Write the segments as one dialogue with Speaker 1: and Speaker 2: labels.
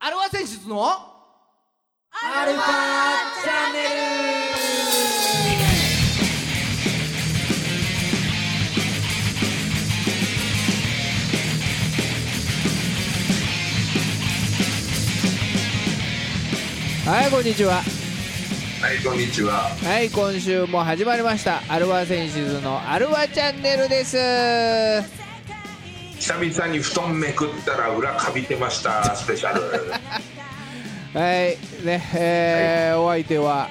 Speaker 1: アルファ選出のアルファチャンネルはいこんにちは
Speaker 2: はい、こんにちは。
Speaker 1: はい今週も始まりましたアルファ選出のアルファチャンネルです
Speaker 2: 久々に布団めくったら裏かびてましたスペシ ャル。
Speaker 1: はいねえーお相手は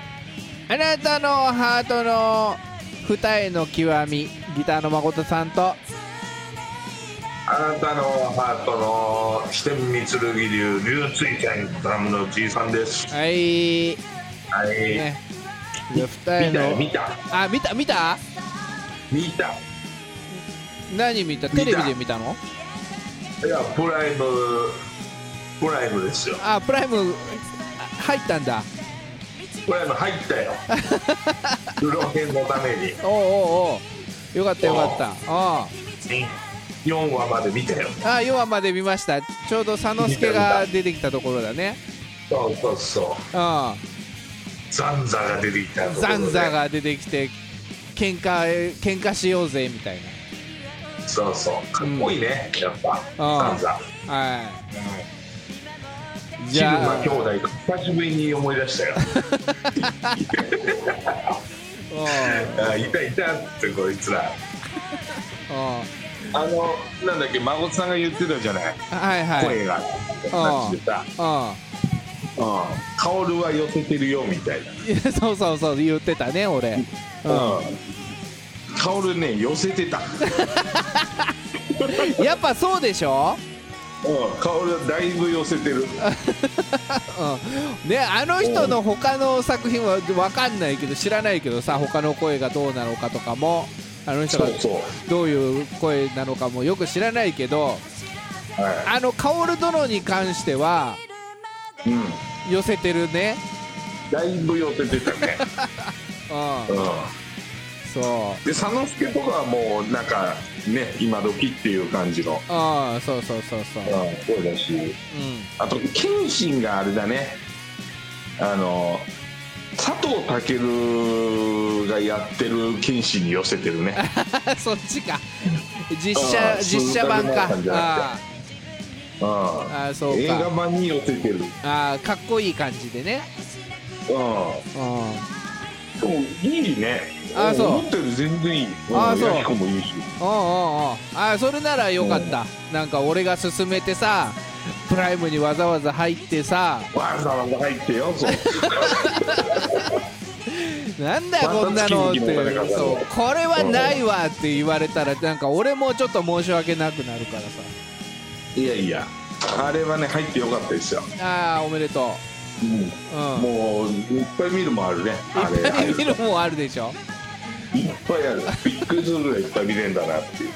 Speaker 1: あなたのハートの二重の極みギターの誠さんと
Speaker 2: あなたのハートの四天三剣流流水拳ドラムのじいさんです。
Speaker 1: はい
Speaker 2: はい。
Speaker 1: ねじゃあ二重
Speaker 2: 見た
Speaker 1: の
Speaker 2: よ見た
Speaker 1: あ見た見た
Speaker 2: 見た。
Speaker 1: 何見た
Speaker 2: 見た
Speaker 1: テレビで見たの
Speaker 2: いやプライムプライムですよ。
Speaker 1: あプライムあ入ったんだ
Speaker 2: プライム入ったよ。プロ編のために
Speaker 1: おうおうおうよかったよかったあ
Speaker 2: 四話まで見たよ。
Speaker 1: あ4話まで見ましたちょうど佐之助が出てきたところだね
Speaker 2: そうそうそう。
Speaker 1: うん
Speaker 2: ザンザが出てきたところで
Speaker 1: ザンザ。が出てきて喧嘩喧嘩しようぜみたい
Speaker 2: そうそう。かっこいいね。やっぱザンザ。
Speaker 1: なは
Speaker 2: うん
Speaker 1: い
Speaker 2: シ
Speaker 1: じ
Speaker 2: ル
Speaker 1: ゃ
Speaker 2: バ
Speaker 1: あ
Speaker 2: 兄弟が久しぶりに思い出したよ
Speaker 1: うん
Speaker 2: あいたいたってこいつら
Speaker 1: うん
Speaker 2: あのなんだっけ孫さんが言ってたじゃない、
Speaker 1: はいはい
Speaker 2: 声が話して
Speaker 1: う
Speaker 2: た「うん薫は寄せてるよ」みたいな、
Speaker 1: んいやそうそうそう言ってたね俺う
Speaker 2: うん薫ね寄 せてた、うん、
Speaker 1: んやっぱそうでしょ
Speaker 2: 薫はだいぶ寄せてる
Speaker 1: うんねあの人の他の作品は分かんないけど知らないけどさ他の声がどうなのかとかもあの人
Speaker 2: そ
Speaker 1: が
Speaker 2: うそう
Speaker 1: どういう声なのかもよく知らないけど
Speaker 2: は、
Speaker 1: あの薫殿に関してはい
Speaker 2: うん、
Speaker 1: 寄せてるね
Speaker 2: だいぶ寄せてたね、
Speaker 1: う
Speaker 2: うんん、
Speaker 1: そう
Speaker 2: で佐之助とかはもうなんかね今時っていう感じの、
Speaker 1: ああそうそうそうそう
Speaker 2: うん、声だし
Speaker 1: うん
Speaker 2: あと謙信があれだねあの佐藤健がやってる謙信に寄せてるね
Speaker 1: そっちか実
Speaker 2: あ
Speaker 1: 写
Speaker 2: あ
Speaker 1: 実写版か
Speaker 2: そういう感じじゃな
Speaker 1: あ
Speaker 2: うん
Speaker 1: ああそうか
Speaker 2: 映画版に寄せてるうん
Speaker 1: あああかっこいい感じでねうん
Speaker 2: でもいいね
Speaker 1: あそう
Speaker 2: 思ったより全然いい
Speaker 1: あそうん
Speaker 2: ヤヒコもいいし
Speaker 1: おうおうおうああそれならよかったなんか俺が勧めてさプライムにわざわざ入ってさ
Speaker 2: わざわざ入ってよ そう
Speaker 1: なんだよこんなのって
Speaker 2: また月々のお金かかる
Speaker 1: そうこれはないわって言われたらなんか俺もちょっと申し訳なくなるからさ
Speaker 2: いやいやあれはね入ってよかったですよ、
Speaker 1: ああおめでと
Speaker 2: うん
Speaker 1: ううん
Speaker 2: もういっぱい見るもんあるねあれ入る
Speaker 1: 見るもんあるでしょ
Speaker 2: いっぱいあるびっくりするぐらいいっぱい見れんだなっていう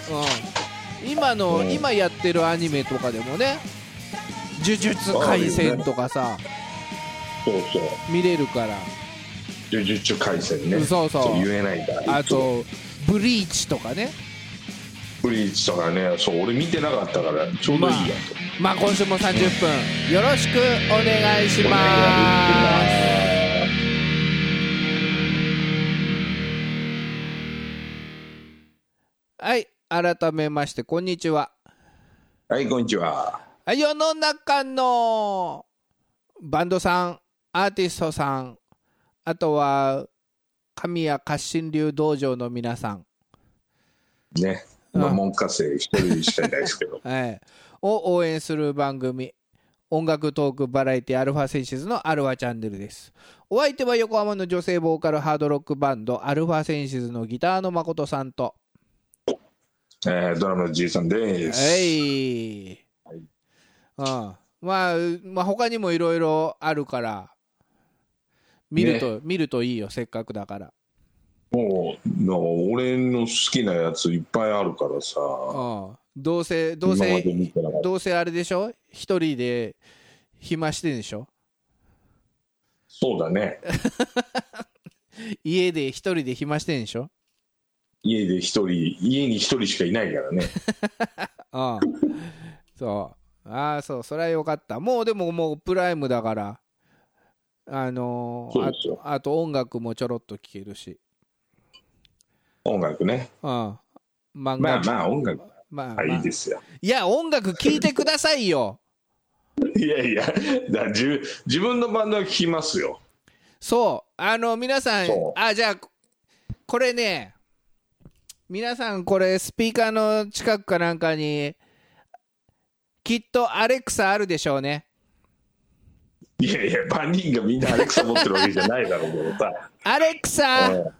Speaker 1: うん、今の、
Speaker 2: うん
Speaker 1: 今やってるアニメとかでもね「呪術廻戦」とかさ、
Speaker 2: そうそう
Speaker 1: 見れるから
Speaker 2: 呪術廻戦ね
Speaker 1: そうそう
Speaker 2: ちょっと言えないんだ
Speaker 1: あと「ブリーチ」とかね
Speaker 2: ブリーチとかねそう俺見てなかったからちょうどいいや
Speaker 1: まあ今週も30分よろしくお願いし
Speaker 2: と、
Speaker 1: ますはい改めましてこんにちは
Speaker 2: はいこんにちは
Speaker 1: はい世の中のバンドさんアーティストさんあとは神谷活心流道場の皆さん
Speaker 2: ね
Speaker 1: うん
Speaker 2: まあ文科生一人しかいないです けど
Speaker 1: はい、を応援する番組音楽トークバラエティアルファセンシズのアルファチャンネルですお相手は横浜の女性ボーカルハードロックバンドアルファセンシズのギターの誠さんと
Speaker 2: えードラムのじいさんです
Speaker 1: はい、うん、まあ、まあ、他にもいろいろあるから見ると、見るといいよせっかくだから、
Speaker 2: もうなんか俺の好きなやついっぱいあるからさ
Speaker 1: うん、どうせどう
Speaker 2: 今まで
Speaker 1: せ
Speaker 2: 見てなかった
Speaker 1: どうせあれでしょ一人で暇してんでしょ
Speaker 2: そうだね
Speaker 1: 家で一人で暇してんでしょ
Speaker 2: 家で一人家に一人しかいないからね
Speaker 1: うん、そああそうそれはよかったもうでももうプライムだからあのー
Speaker 2: そうですよ
Speaker 1: ああと音楽もちょろっと聴けるし
Speaker 2: 音楽ね
Speaker 1: うん漫画
Speaker 2: まあまあ音楽
Speaker 1: まあまあ
Speaker 2: はいいですよ
Speaker 1: いや音楽聴いてくださいよ
Speaker 2: いやいやだじゅ自分のバンドは聴きますよ
Speaker 1: そうあの皆さん
Speaker 2: そう
Speaker 1: あじゃあこれね皆さんこれスピーカーの近くかなんかにきっとアレクサあるでしょうね
Speaker 2: いやいや万人がみんなアレクサ持ってるわけじゃないだろうけどさ
Speaker 1: アレクサ、
Speaker 2: うん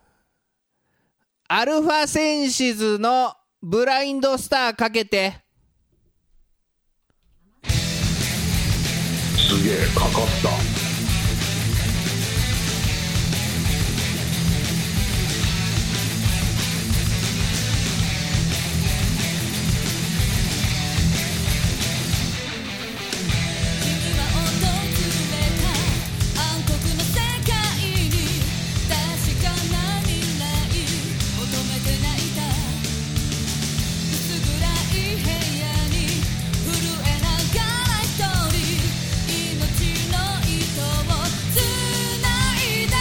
Speaker 1: アルファセンシズのブラインドスターかけて
Speaker 2: すげえかかった
Speaker 3: 今訪れた暗黒の世界に確かな未来求めて泣いた薄暗い部屋に震えながら一人命の糸を繋いだ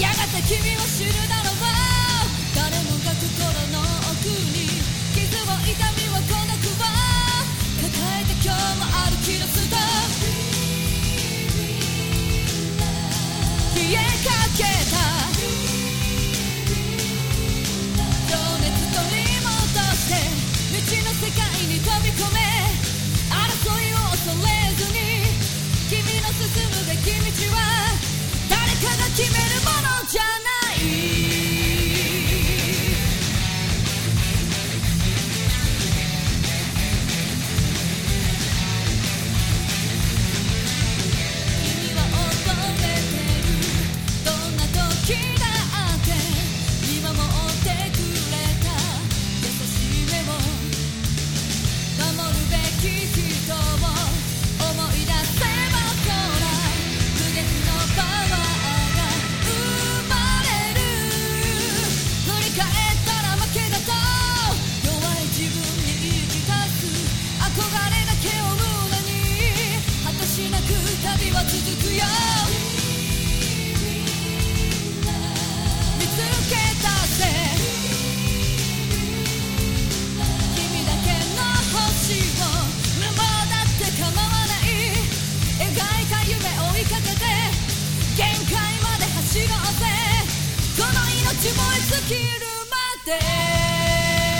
Speaker 3: やがて君を知るだろう誰もが心の奥に傷を痛みは孤独を抱えて今日も歩き出すと消えかけた情熱取り戻して未知の世界に飛び込め争いを恐れずに君の進むべき道は誰かが決めるものじゃない君は恐れてるどんな時だって見守ってくれた優しい目を守るべき人を思い出せば空無限のパワーが生まれる振り返ったら負けだと弱い自分に言い聞かす憧れだけを胸に果てしなく旅は続くよ見つけたぜ君だけの星を沼だって構わない描いた夢追いかけて限界まで走ろうぜこの命燃え尽きるまで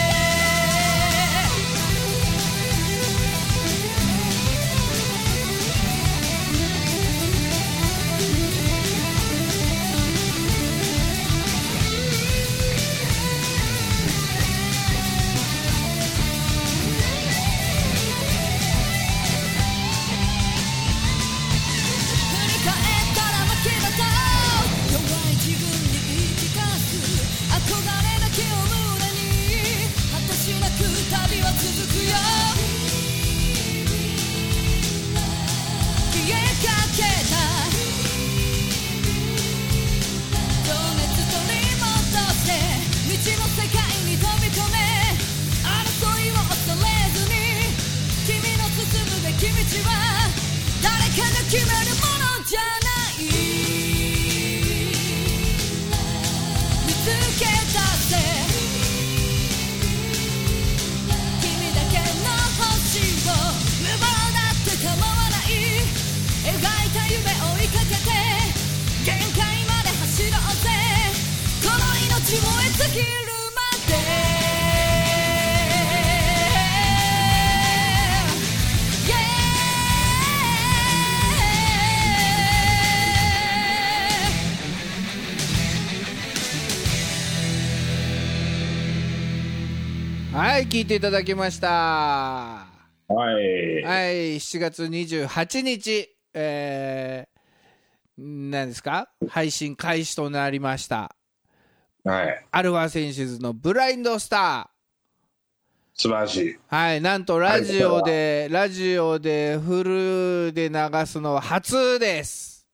Speaker 3: 振り返ったら負けだと弱い自分に言い聞かす憧れだけを胸に果てしなく旅は続くよ消えかけた情熱取り戻して道の世界に飛び込め争いを恐れずに君の進むべき道は誰かが決めるものじゃない見つけたぜ君だけの星を無謀だって構わない描いた夢追いかけて限界まで走ろうぜこの命燃え尽きるまでイエーイ
Speaker 1: はい聴いていただきましたは
Speaker 2: はい、
Speaker 1: い7月28日えー、何ですか配信開始となりました
Speaker 2: はい、
Speaker 1: アルファセンシズのブラインドスタ
Speaker 2: 素晴らしい
Speaker 1: ーはいなんとラジオでラジオでフルで流すのは初です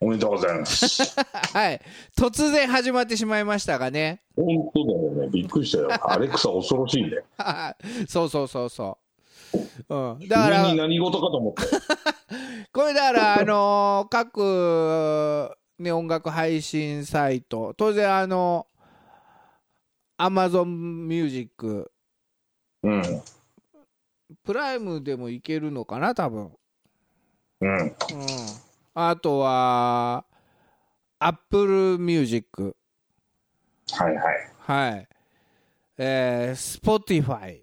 Speaker 2: おめでとうございます
Speaker 1: はい突然始まってしまいましたがね
Speaker 2: 本当だよねびっくりしたよアレクサ恐ろしいね
Speaker 1: そうそうそうそううん、だから
Speaker 2: 急に何事かと思った
Speaker 1: これだから、あの ー各、ね、音楽配信サイト、当然、あの、アマゾンミュージック、
Speaker 2: うん
Speaker 1: プライムでもいけるのかな、多分。うん。
Speaker 2: うん
Speaker 1: あとは、アップルミュージック、
Speaker 2: はいはい
Speaker 1: はい。えー、スポティファイ、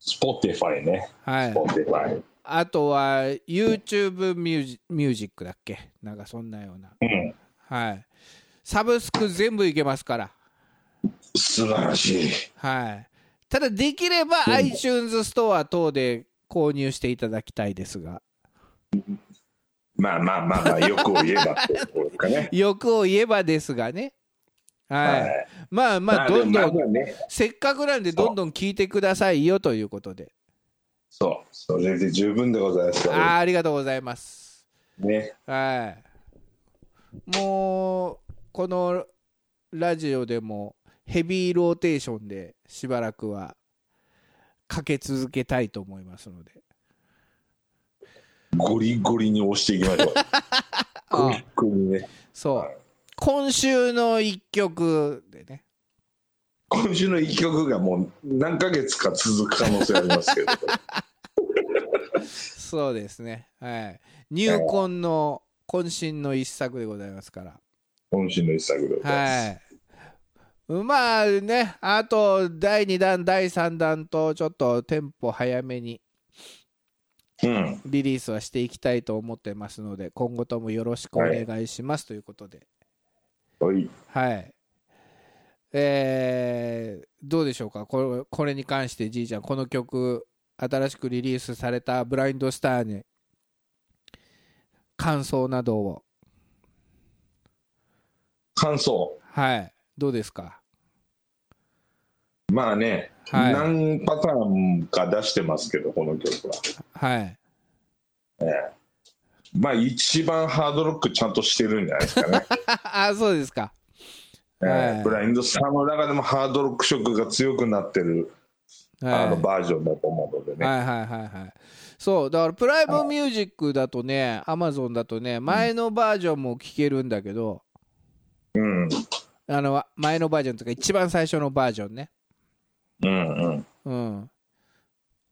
Speaker 2: スポティファイね
Speaker 1: はい
Speaker 2: ス。ポティファイ
Speaker 1: あとは、YouTube ミュージミュージックだっけなんかそんなような。
Speaker 2: うん
Speaker 1: はい。サブスク全部いけますから。
Speaker 2: 素晴らしい
Speaker 1: はい、ただできれば iTunes ストア等で購入していただきたいですが
Speaker 2: まあまあまあまあ欲を言えばっていうところですかね
Speaker 1: 欲を言えばですがねはい、
Speaker 2: はい
Speaker 1: まあまあ
Speaker 2: でも
Speaker 1: どんど
Speaker 2: ま
Speaker 1: ん
Speaker 2: ずはね
Speaker 1: せっかくなんでどんどん聞いてくださいよということで
Speaker 2: そうそれで十分でございます
Speaker 1: あーありがとうございます
Speaker 2: ね
Speaker 1: はいもうこのラジオでもヘビーローテーションでしばらくはかけ続けたいと思いますので
Speaker 2: ゴリゴリに押していきましょうゴリゴリにね
Speaker 1: そう今週の一曲でね
Speaker 2: 今週の一曲がもう何ヶ月か続く可能性ありますけ ど
Speaker 1: そうですねはい入魂の渾身の一作でございますから
Speaker 2: 今週の一作でございます、
Speaker 1: はいまあねあと第2弾第3弾とちょっとテンポ早めに
Speaker 2: うん
Speaker 1: リリースはしていきたいと思ってますので今後ともよろしくお願いしますということで
Speaker 2: はい
Speaker 1: はいえーどうでしょうかこれこれに関してじいちゃんこの曲新しくリリースされた「ブラインドスター」に感想などを
Speaker 2: 感想
Speaker 1: はいどうですか
Speaker 2: まあね、
Speaker 1: はい
Speaker 2: 何パターンか出してますけどこの曲は
Speaker 1: はい
Speaker 2: まあ一番ハードロックちゃんとしてるんじゃないですか ね、
Speaker 1: ああそうですか
Speaker 2: え
Speaker 1: はい
Speaker 2: ーブラインドスターの中でもハードロック色が強くなってる、あの
Speaker 1: は
Speaker 2: バージョンだと思うので
Speaker 1: い、
Speaker 2: ね、
Speaker 1: はいはいはいはいそうだからプライムミュージックだとねアマゾンだとね前のバージョンも聴けるんだけど、
Speaker 2: うん
Speaker 1: あの前のバージョンというか一番最初のバージョンね
Speaker 2: うんう
Speaker 1: う
Speaker 2: ん
Speaker 1: ん。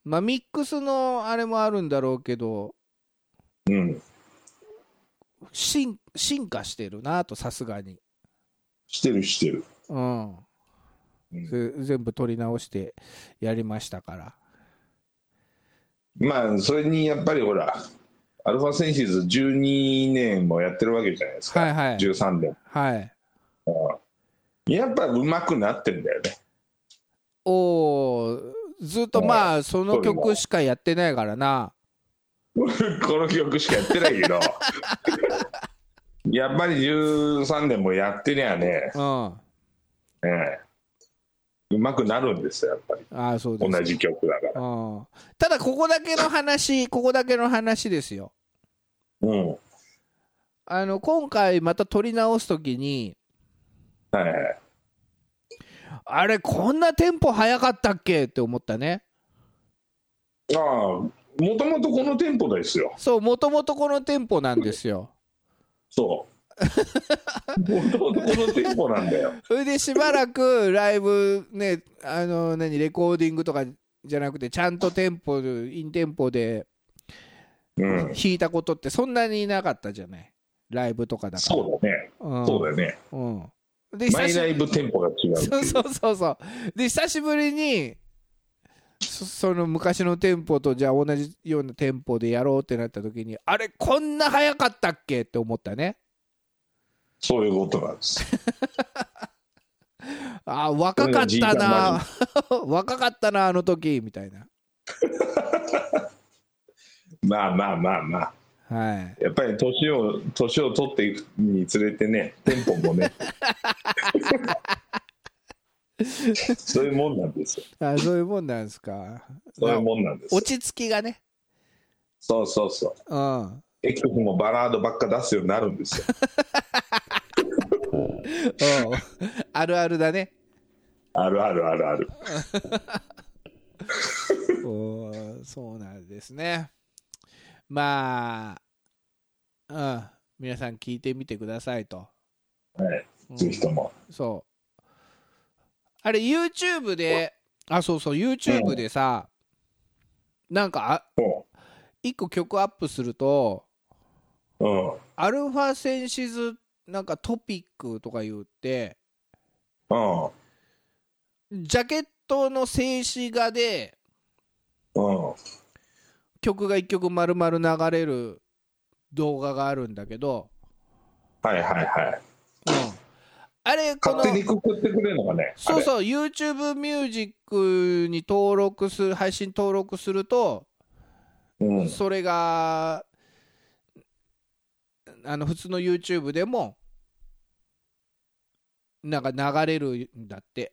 Speaker 1: まあ、ミックスのあれもあるんだろうけど、
Speaker 2: うん
Speaker 1: 進進化してるなと、さすがに。
Speaker 2: してるしてる
Speaker 1: うん。
Speaker 2: うん
Speaker 1: ぜ全部取り直してやりましたから。
Speaker 2: まあそれにやっぱりほらアルファセンシズ12年もやってるわけじゃないですか、
Speaker 1: はいはい
Speaker 2: 13年
Speaker 1: はい。
Speaker 2: やっぱ上手くなってんだよね
Speaker 1: おおずっとまあ、その曲しかやってないからな。
Speaker 2: この曲しかやってないけどやっぱり13年もやってりゃね、
Speaker 1: うん。あ
Speaker 2: ええ、うまくなるんですよやっぱり
Speaker 1: あ、そうです。
Speaker 2: 同じ曲だから
Speaker 1: うん。ただ、ここだけの話、ここだけの話ですよ。
Speaker 2: うんは
Speaker 1: あの、今回また取り直すときに、
Speaker 2: いはい
Speaker 1: あれ、こんなテンポ早かったっけって思ったね。
Speaker 2: ああもともとこのテンポですよ
Speaker 1: そう、もともとこの店舗なんですよ。
Speaker 2: そ うもともとこのテンポなんだよ
Speaker 1: それでしばらくライブね、あの、何、レコーディングとかじゃなくて、ちゃんとテンポで、インテンポで
Speaker 2: うん
Speaker 1: 弾いたことってそんなになかったじゃない。ライブとかだから。
Speaker 2: そうだね、
Speaker 1: うん、
Speaker 2: そうだよね
Speaker 1: うん。で、
Speaker 2: マ
Speaker 1: 久
Speaker 2: イ
Speaker 1: し
Speaker 2: ラ
Speaker 1: ぶ
Speaker 2: イ
Speaker 1: り
Speaker 2: ブテンポが違うってい
Speaker 1: そうそうそうそう。で、久しぶりに、そその昔のテンポとじゃあ同じようなテンポでやろうってなった時にあれこんな早かったっけって思ったね
Speaker 2: そういうことなんです
Speaker 1: あー若かったな 若かったなあの時みたいな
Speaker 2: まあまあまあまあ
Speaker 1: はい
Speaker 2: やっぱり年を年を取っていくにつれてね、テンポ もね、そういうもんなんですよ。
Speaker 1: あそういうもんなんですか
Speaker 2: そういうもんなんですよ
Speaker 1: 落。ち着きがね
Speaker 2: そうそうそう。
Speaker 1: うん
Speaker 2: エキもバラードばっか出すようになるんですよ。
Speaker 1: あるあるだね
Speaker 2: あるあるあるある。
Speaker 1: おーそうなんですねまあうん皆さん聞いてみてくださいと、
Speaker 2: はい、
Speaker 1: うん
Speaker 2: ぜひとも。
Speaker 1: そうあれ YouTube であそうそう YouTube でさ、なんかあ
Speaker 2: も
Speaker 1: 一個曲アップすると
Speaker 2: う、うん。
Speaker 1: アルファセンシズなんかトピックとか言って
Speaker 2: うん。
Speaker 1: ジャケットの静止画で
Speaker 2: うん。
Speaker 1: 曲が一曲丸々流れる動画があるんだけど、
Speaker 2: はいはいはい。
Speaker 1: うん、あれこの
Speaker 2: 勝手にくくってくれるのかね。
Speaker 1: そうそう YouTube ミュージックに登録する配信登録すると
Speaker 2: う。うん。
Speaker 1: それがあの普通の YouTube でもなんか流れるんだって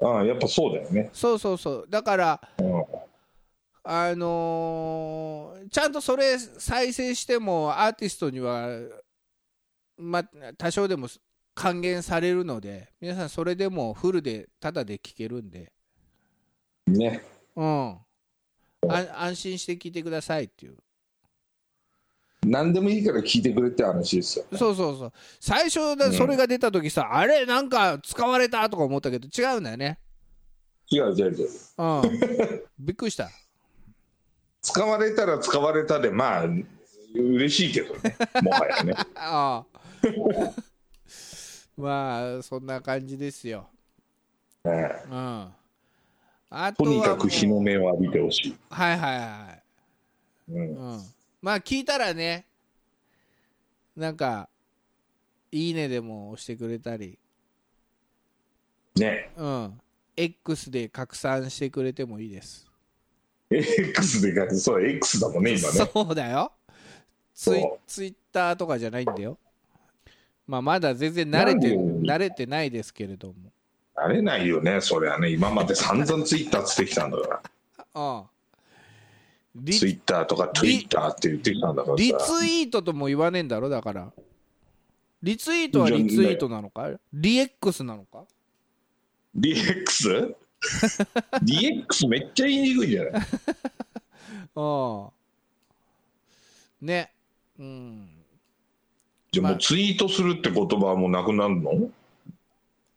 Speaker 2: うん、やっぱそうだよね。
Speaker 1: そうそうそうだから
Speaker 2: うん。
Speaker 1: あのーちゃんとそれ再生してもアーティストには、ま、多少でも還元されるので皆さんそれでもフルでタダで聴けるんで、
Speaker 2: ね。
Speaker 1: うん、あ安心して聴いてくださいっていう
Speaker 2: 何でもいいから聞いてくれって話ですよ。
Speaker 1: そうそうそう最初だ
Speaker 2: うん
Speaker 1: それが出た時さ、あれなんか使われたとか思ったけど違うんだよね、
Speaker 2: 違う違う違う。
Speaker 1: うん びっくりした
Speaker 2: 使われたら使われたで、まあ、嬉しいけど ね。もはやね。
Speaker 1: あ あまあそんな感じですよ
Speaker 2: ええ
Speaker 1: うんあと
Speaker 2: と
Speaker 1: はも
Speaker 2: に
Speaker 1: う
Speaker 2: かく日の目を浴びてほしい。
Speaker 1: はいはいはい、
Speaker 2: うん。
Speaker 1: うん、まあ聞いたらねなんか「いいね」でも押してくれたり、
Speaker 2: ね。
Speaker 1: うん、X で拡散してくれてもいいです、
Speaker 2: X でかく、そう、X だもんね、今ね。
Speaker 1: そうだよツイ
Speaker 2: そう
Speaker 1: ツイッターとかじゃないんだよまあまだ全然慣れて
Speaker 2: なんで
Speaker 1: 慣れてないですけれども
Speaker 2: 慣れないよね、それはね。今まで散々 Twitter つってきたんだから。
Speaker 1: ああリリ
Speaker 2: Twitter とか Twitter って言ってきたんだからさ。
Speaker 1: ツイートとも言わねえんだろだからリツイートはリツイートなのかリ X なのか
Speaker 2: DX? DX めっちゃ言いにくいんじゃない
Speaker 1: ああねうん
Speaker 2: じゃあもうツイートするって言葉はもうなくなるの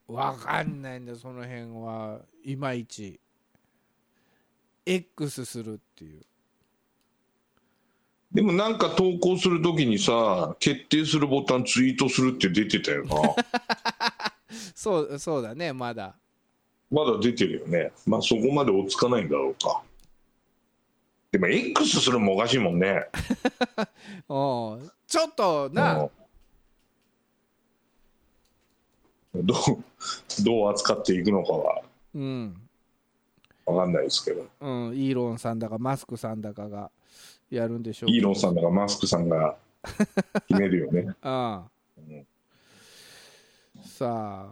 Speaker 1: わかんないんだよその辺はいまいち X するっていう
Speaker 2: でもなんか投稿するときにさ、決定するボタンツイートするって出てたよな。
Speaker 1: そうそうだねまだ
Speaker 2: まだ出てるよね。まあそこまで追っつかないんだろうか。でも X するのもおかしいもんね。
Speaker 1: おうちょっと
Speaker 2: う
Speaker 1: なん
Speaker 2: どう、どう扱っていくのかは
Speaker 1: うん、
Speaker 2: わかんないですけど。
Speaker 1: うん、イーロンさんだかマスクさんだかがやるんでしょうけど
Speaker 2: イーロンさんだかマスクさんが決めるよね。
Speaker 1: あ
Speaker 2: うん
Speaker 1: あさ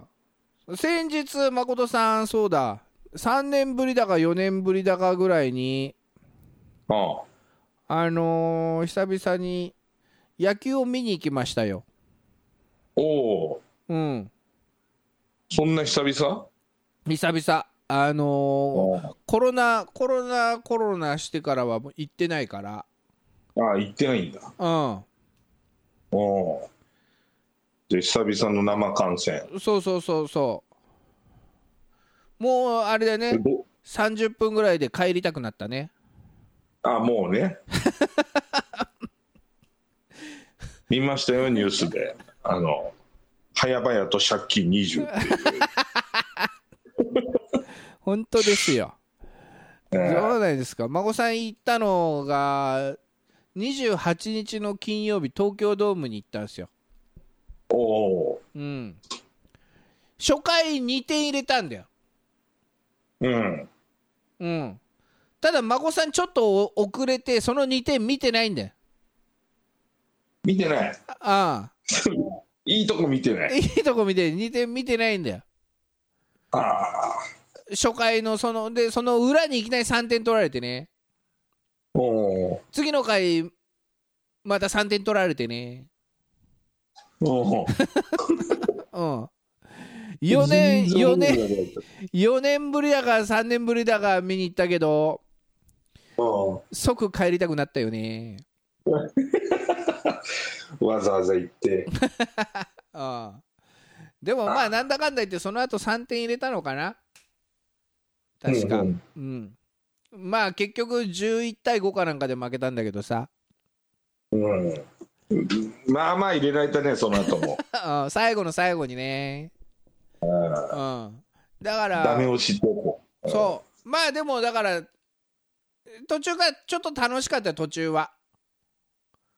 Speaker 1: あ先日誠さんそうだ3年ぶりだか4年ぶりだかぐらいに
Speaker 2: あ
Speaker 1: あのー久々に野球を見に行きましたよ
Speaker 2: おお
Speaker 1: うん
Speaker 2: ー、そんな久々
Speaker 1: 久々あのー
Speaker 2: あ
Speaker 1: コロナコロナコロナしてからはもう行ってないから
Speaker 2: あ、行ってないんだ。
Speaker 1: うん
Speaker 2: おおー。で、久々の生観戦。
Speaker 1: そうそうそうそうもうあれだ
Speaker 2: え
Speaker 1: ね
Speaker 2: ど
Speaker 1: 30分ぐらいで帰りたくなったね
Speaker 2: あ、もうね。 見ましたよ、ニュースで。あの、早々と借金20っ ていう。
Speaker 1: 本当ですよ
Speaker 2: え
Speaker 1: そ
Speaker 2: ー
Speaker 1: うなんですか孫さん行ったのが28日の金曜日東京ドームに行ったんですよ、
Speaker 2: おお
Speaker 1: うん、初回2点入れたんだよ、
Speaker 2: ー。うん。
Speaker 1: うん、ただ孫さんちょっとお遅れてその2点見てないんだよ
Speaker 2: 見てない。
Speaker 1: あ
Speaker 2: いいとこ見てな
Speaker 1: あ
Speaker 2: い。
Speaker 1: いいとこ見て2点見てないんだよ
Speaker 2: ああ。
Speaker 1: 初回のそのでその裏にいきなり3点取られてね
Speaker 2: おお
Speaker 1: 次の回また3点取られてね
Speaker 2: ー。おおー。
Speaker 1: うん4年
Speaker 2: 全然
Speaker 1: 4
Speaker 2: 覚え
Speaker 1: 年
Speaker 2: てない
Speaker 1: 4年ぶりだか3年ぶりだか見に行ったけど
Speaker 2: う
Speaker 1: 即帰りたくなったよね
Speaker 2: んわざわざ行って
Speaker 1: ああでもまあなんだかんだ言ってその後3点入れたのかな確か
Speaker 2: う
Speaker 1: うんん、まあ結局11対5かなんかで負けたんだけどさ
Speaker 2: うん、うん、まあまあ入れられたねその後 も
Speaker 1: ああ最後の最後にねうんだから
Speaker 2: ダメ押しとこ
Speaker 1: そうまあでもだから途中からちょっと楽しかったよ途中は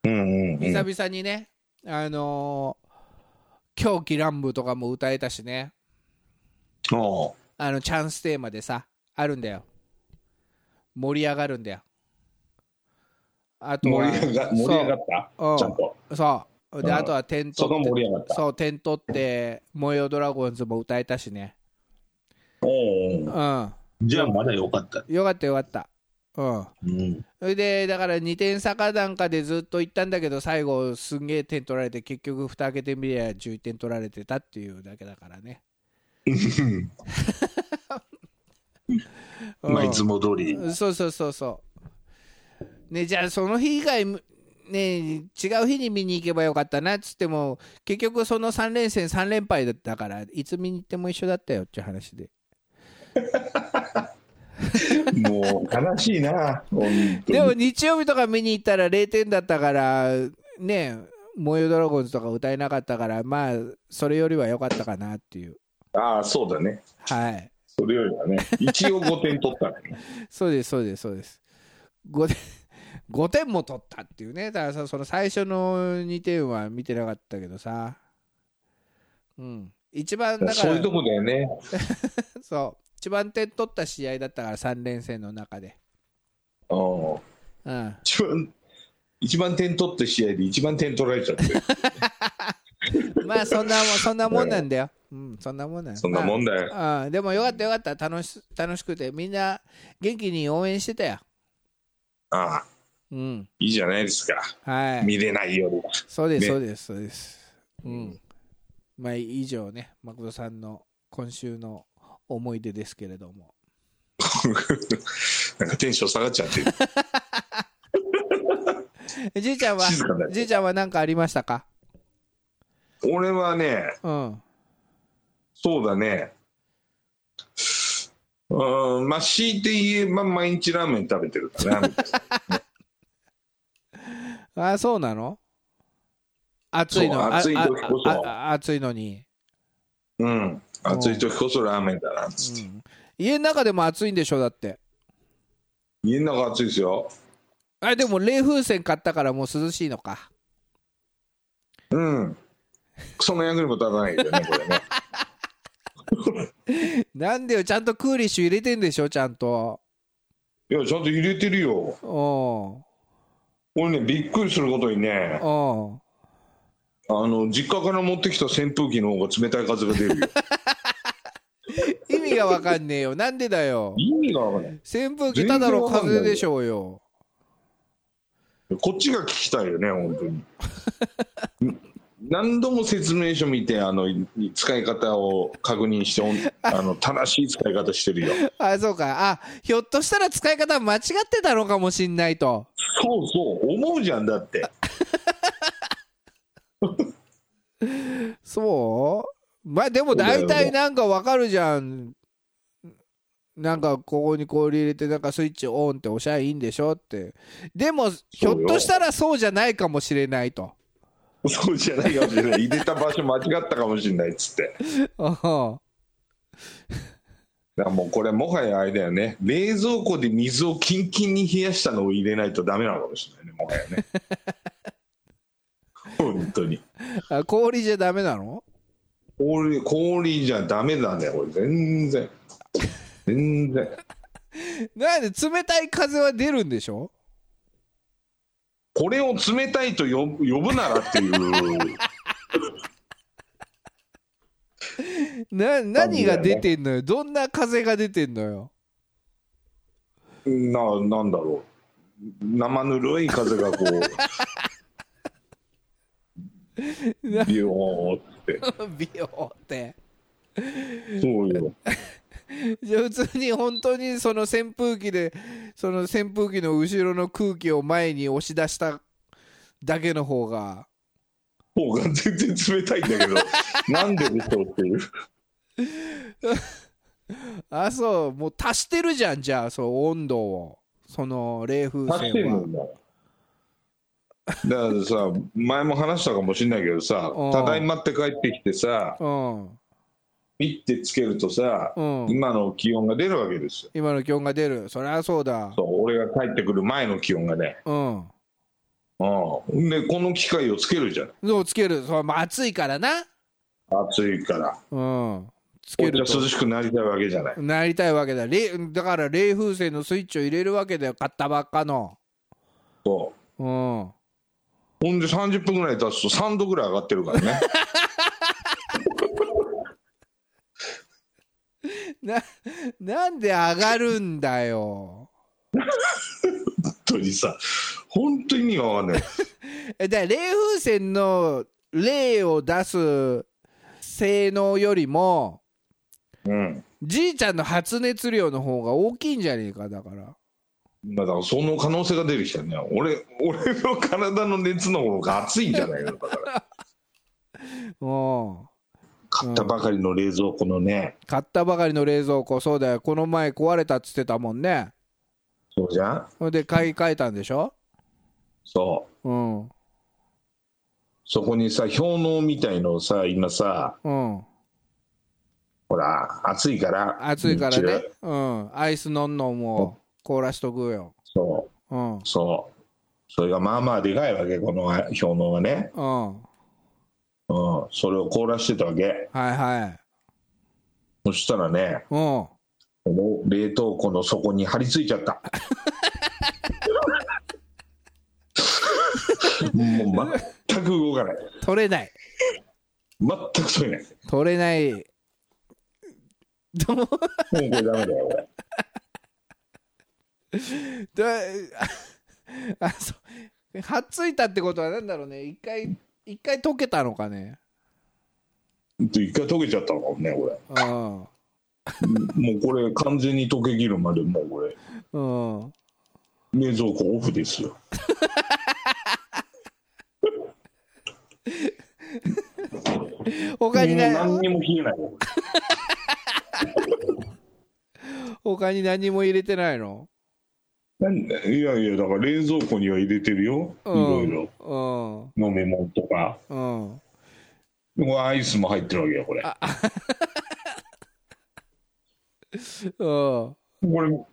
Speaker 2: ううんうん、うん、
Speaker 1: 久々にね、あのー狂気乱舞とかも歌えたしね
Speaker 2: おう
Speaker 1: あのチャンステーマでさあるんだよ盛り上がるんだよあとは
Speaker 2: 盛り上が盛り上がった
Speaker 1: そううん
Speaker 2: ちゃんと
Speaker 1: そうそうで
Speaker 2: うん
Speaker 1: あとは点
Speaker 2: そ
Speaker 1: 取って
Speaker 2: こ盛り上がった
Speaker 1: そう点取って「燃えよドラゴンズ」も歌えたしね
Speaker 2: おうお
Speaker 1: うん
Speaker 2: うじゃあまだ良かった、
Speaker 1: よかったよかったうん
Speaker 2: うん、
Speaker 1: それでだから2点差かなんかでずっと行ったんだけど最後すんげえ点取られて結局蓋開けてみりゃ11点取られてたっていうだけだからね、うん
Speaker 2: まあいつも通 り
Speaker 1: そうそうそうそうねじゃあその日以外ね違う日に見に行けばよかったなっつっても結局その3連戦3連敗だったからいつ見に行っても一緒だったよっていう話で
Speaker 2: もう悲しいな本当に
Speaker 1: でも日曜日とか見に行ったら0点だったからね「燃えよドラゴンズ」とか歌えなかったからまあそれよりは良かったかなっていう
Speaker 2: ああそうだね
Speaker 1: はい
Speaker 2: それよりはね一応5点取ったね
Speaker 1: そうですそうですそうです5点 ,5 点も取ったっていうねだからさその最初の2点は見てなかったけどさうん一番 だから
Speaker 2: そういうとこだよね
Speaker 1: そう一番点取った試合だったから3連戦の中で
Speaker 2: うん
Speaker 1: うん
Speaker 2: 一番一番点取った試合で一番点取られち ゃって
Speaker 1: まあそんなもんそんなもんなんだようんそんなもんなん
Speaker 2: そんなもんだよ
Speaker 1: ああでもよかったよかった楽し楽しくてみんな元気に応援してたよ
Speaker 2: ああ
Speaker 1: うん
Speaker 2: いいじゃないですか
Speaker 1: はい
Speaker 2: 見れないよりは
Speaker 1: そうです
Speaker 2: ね
Speaker 1: そうですそうですうんまあ以上ね誠さんの今週の思い出ですけれども
Speaker 2: なんかテンション下がっちゃってる
Speaker 1: えじいちゃんは
Speaker 2: 静かになる
Speaker 1: じいちゃんは何かありましたか
Speaker 2: 俺はね
Speaker 1: うん
Speaker 2: そうだねうんまあ強いて言えば毎日ラーメン食べてるかな
Speaker 1: あそうなの暑いの
Speaker 2: そ
Speaker 1: あ
Speaker 2: う暑い時こそ
Speaker 1: あああ暑いのに、
Speaker 2: うん暑い時こそラーメンだなっ
Speaker 1: う
Speaker 2: つって、
Speaker 1: ん家の中でも暑いんでしょだって
Speaker 2: 家の中暑いですよ
Speaker 1: あでも冷風船買ったからもう涼しいのか
Speaker 2: うんその役にも立たないよねこれね
Speaker 1: なんでよちゃんとクーリッシュ入れてんでしょちゃんと
Speaker 2: いやちゃんと入れてるよ
Speaker 1: お
Speaker 2: 俺ねびっくりすることにね
Speaker 1: うおう
Speaker 2: あの実家から持ってきた扇風機の方が冷たい風が出る よ
Speaker 1: 意味がわかんねえよなんでだよ
Speaker 2: 意味がわかんない
Speaker 1: 扇風機ただの風でしょうよ
Speaker 2: こっちが聞きたいよね本当にん何度も説明書見てあのい使い方を確認しておんあの正しい使い方してるよ
Speaker 1: あそうかあひょっとしたら使い方間違ってたのかもしんないと
Speaker 2: そうそう思うじゃんだって
Speaker 1: そうまあでも大体なんかわかるじゃんなんかここに氷入れてなんかスイッチオンっておしゃいいんでしょってでもひょっとしたらそうじゃないかもしれないと
Speaker 2: そうじゃないかもしれない入れた場所間違ったかもしれないっつって
Speaker 1: うん
Speaker 2: だからもうこれもはやあれだよね冷蔵庫で水をキンキンに冷やしたのを入れないとダメなのかもしれないねもはやね本当に
Speaker 1: あ氷じゃダメなの
Speaker 2: 氷氷じゃダメだね俺全然全然
Speaker 1: なんで冷たい風は出るんでしょ
Speaker 2: これを冷たいと呼ぶ呼ぶならっていう
Speaker 1: な何が出てんのよどんな風が出てんのよ
Speaker 2: ななんだろう生ぬるい風がこうビヨーンって
Speaker 1: 美容って
Speaker 2: そうよ。
Speaker 1: じゃあ普通に本当にその扇風機でその扇風機の後ろの空気を前に押し出しただけの方が
Speaker 2: 方が全然冷たいん だけど、なんででしょうっていう。
Speaker 1: あそうもう足してるじゃんじゃあそう温度をその冷風
Speaker 2: 足し
Speaker 1: 船
Speaker 2: てる
Speaker 1: は
Speaker 2: んだ。だからさ、前も話したかもしれないけどさ
Speaker 1: うん、
Speaker 2: ただいまって帰ってきてさ、
Speaker 1: うん
Speaker 2: ピッてつけるとさ、
Speaker 1: うん
Speaker 2: 今の気温が出るわけですよ。
Speaker 1: 今の気温が出るそりゃそうだ
Speaker 2: そう俺が帰ってくる前の気温がね。
Speaker 1: うん
Speaker 2: うん。で、この機械をつけるじゃん。
Speaker 1: そうつけるそう、まあ、暑いからな
Speaker 2: 暑いから。
Speaker 1: うんつ
Speaker 2: こ
Speaker 1: け
Speaker 2: っち
Speaker 1: る
Speaker 2: は
Speaker 1: と
Speaker 2: 涼しくなりたいわけじゃない。
Speaker 1: なりたいわけだ冷だから冷風船のスイッチを入れるわけだよ買ったばっかの
Speaker 2: そう。
Speaker 1: うん
Speaker 2: ほんで30分ぐらい経つと3度ぐらい上がってるか らね。
Speaker 1: ななんで上がるんだよ
Speaker 2: 本当にさ、本当に意味がわかんない。
Speaker 1: えだから冷風船の冷を出す性能よりも
Speaker 2: うん。
Speaker 1: じいちゃんの発熱量の方が大きいんじゃねえかだから
Speaker 2: まあだからその可能性が出てきたね。俺、俺の体の熱の方が熱いんじゃない のだから。
Speaker 1: うん
Speaker 2: 買ったばかりの冷蔵庫のね、
Speaker 1: 買ったばかりの冷蔵庫そうだよこの前壊れたっつってたもんね
Speaker 2: そうじゃん
Speaker 1: それで買い替えたんでしょ
Speaker 2: そう。
Speaker 1: うん
Speaker 2: そこにさ、氷嚢みたいのをさ、今さ、
Speaker 1: うん
Speaker 2: ほら、暑いから。
Speaker 1: 暑いから
Speaker 2: 日
Speaker 1: ね
Speaker 2: 中。
Speaker 1: うんアイスのんのんを凍らしとくよ
Speaker 2: そ
Speaker 1: うんうん
Speaker 2: う、そう。それがまあまあでかいわけ、この氷嚢がね。
Speaker 1: は
Speaker 2: うん。それを凍らしてたわけ。
Speaker 1: いはい
Speaker 2: そしたらね、
Speaker 1: うん
Speaker 2: この冷凍庫の底に張り付いちゃった。もう全く動かない。
Speaker 1: 取れない
Speaker 2: 全く取れない。
Speaker 1: 取れない
Speaker 2: もうこれダメだよ、俺。
Speaker 1: だ あそうはっついたってことはなんだろうね一回一回溶けたのかね
Speaker 2: 一回溶けちゃったのかもね、これ。
Speaker 1: うん
Speaker 2: もうこれ完全に溶けきるまでもうこれ、
Speaker 1: うん
Speaker 2: 冷蔵庫オフですよ。
Speaker 1: 他にない
Speaker 2: もう何にも冷えないよ。
Speaker 1: 他に何も入れてないの
Speaker 2: なんだいやいや、だから冷蔵庫には入れてるよ。いろいろ。
Speaker 1: ろ
Speaker 2: 飲み物とか。
Speaker 1: うんうん
Speaker 2: これアイスも入ってるわけよ、これ。
Speaker 1: うん
Speaker 2: こ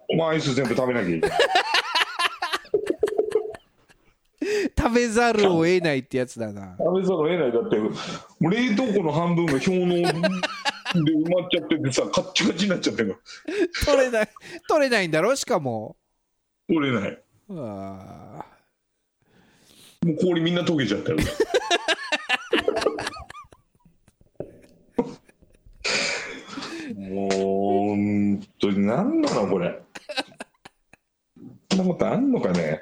Speaker 2: れ、まあアイス全部食べなきゃいけない。
Speaker 1: 食べざるを得ないってやつだな
Speaker 2: 食べざるを得ないだってもう冷凍庫の半分が氷嚢で埋まっちゃっててさカッチカチになっちゃってるの
Speaker 1: 取れない取れないんだろしかも
Speaker 2: 取れない
Speaker 1: あ
Speaker 2: もう氷みんな溶けちゃったよもう本当に何なのこれそんなことあんのかね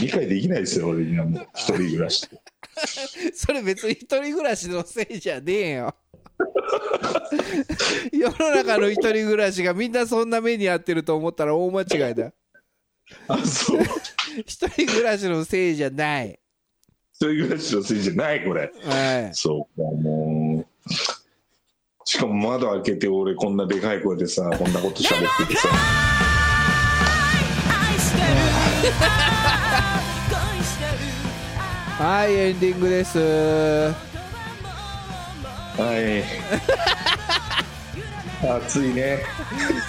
Speaker 2: 理解できないですよ俺今もう一人暮らし
Speaker 1: ー それ別に一人暮らしのせいじゃねえよ 世の中の一人暮らしがみんなそんな目に遭ってると思ったら大間違いだ
Speaker 2: あそう
Speaker 1: 一人暮らしのせいじゃない。
Speaker 2: 一人暮らしのせいじゃないこれ
Speaker 1: は
Speaker 2: そうか、もう。しかも窓開けて俺こんなでかい声でさ、こんなこと喋っててさ、
Speaker 3: 愛してる 恋してる
Speaker 1: い、はい、エンディングです。
Speaker 3: 言葉も
Speaker 2: はい。暑いね。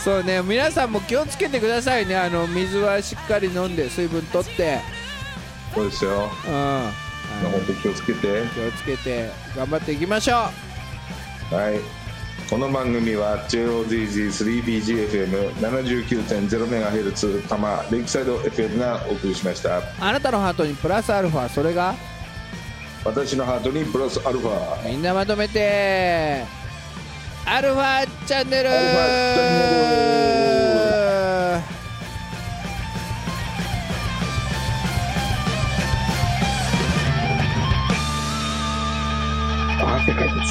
Speaker 1: そうね、皆さんも気をつけてくださいね。あの水はしっかり飲んで、水分取って、
Speaker 2: そうですよ。
Speaker 1: うん、は
Speaker 2: 本当気をつけ
Speaker 1: い
Speaker 2: て。
Speaker 1: 気をつけて頑張っていきましょ
Speaker 2: はい。この番組は JOZZ3BGFM79.0MHz 多摩レイクサイド FM がお送りしました。
Speaker 1: う。あなたのハートにプラスアルファ、それが
Speaker 2: 私のハートにプラスアルファ。
Speaker 1: みんなまとめてアルファチャンネル。
Speaker 2: アルファチ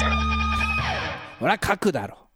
Speaker 2: ャ
Speaker 1: ほそりゃ書くだろ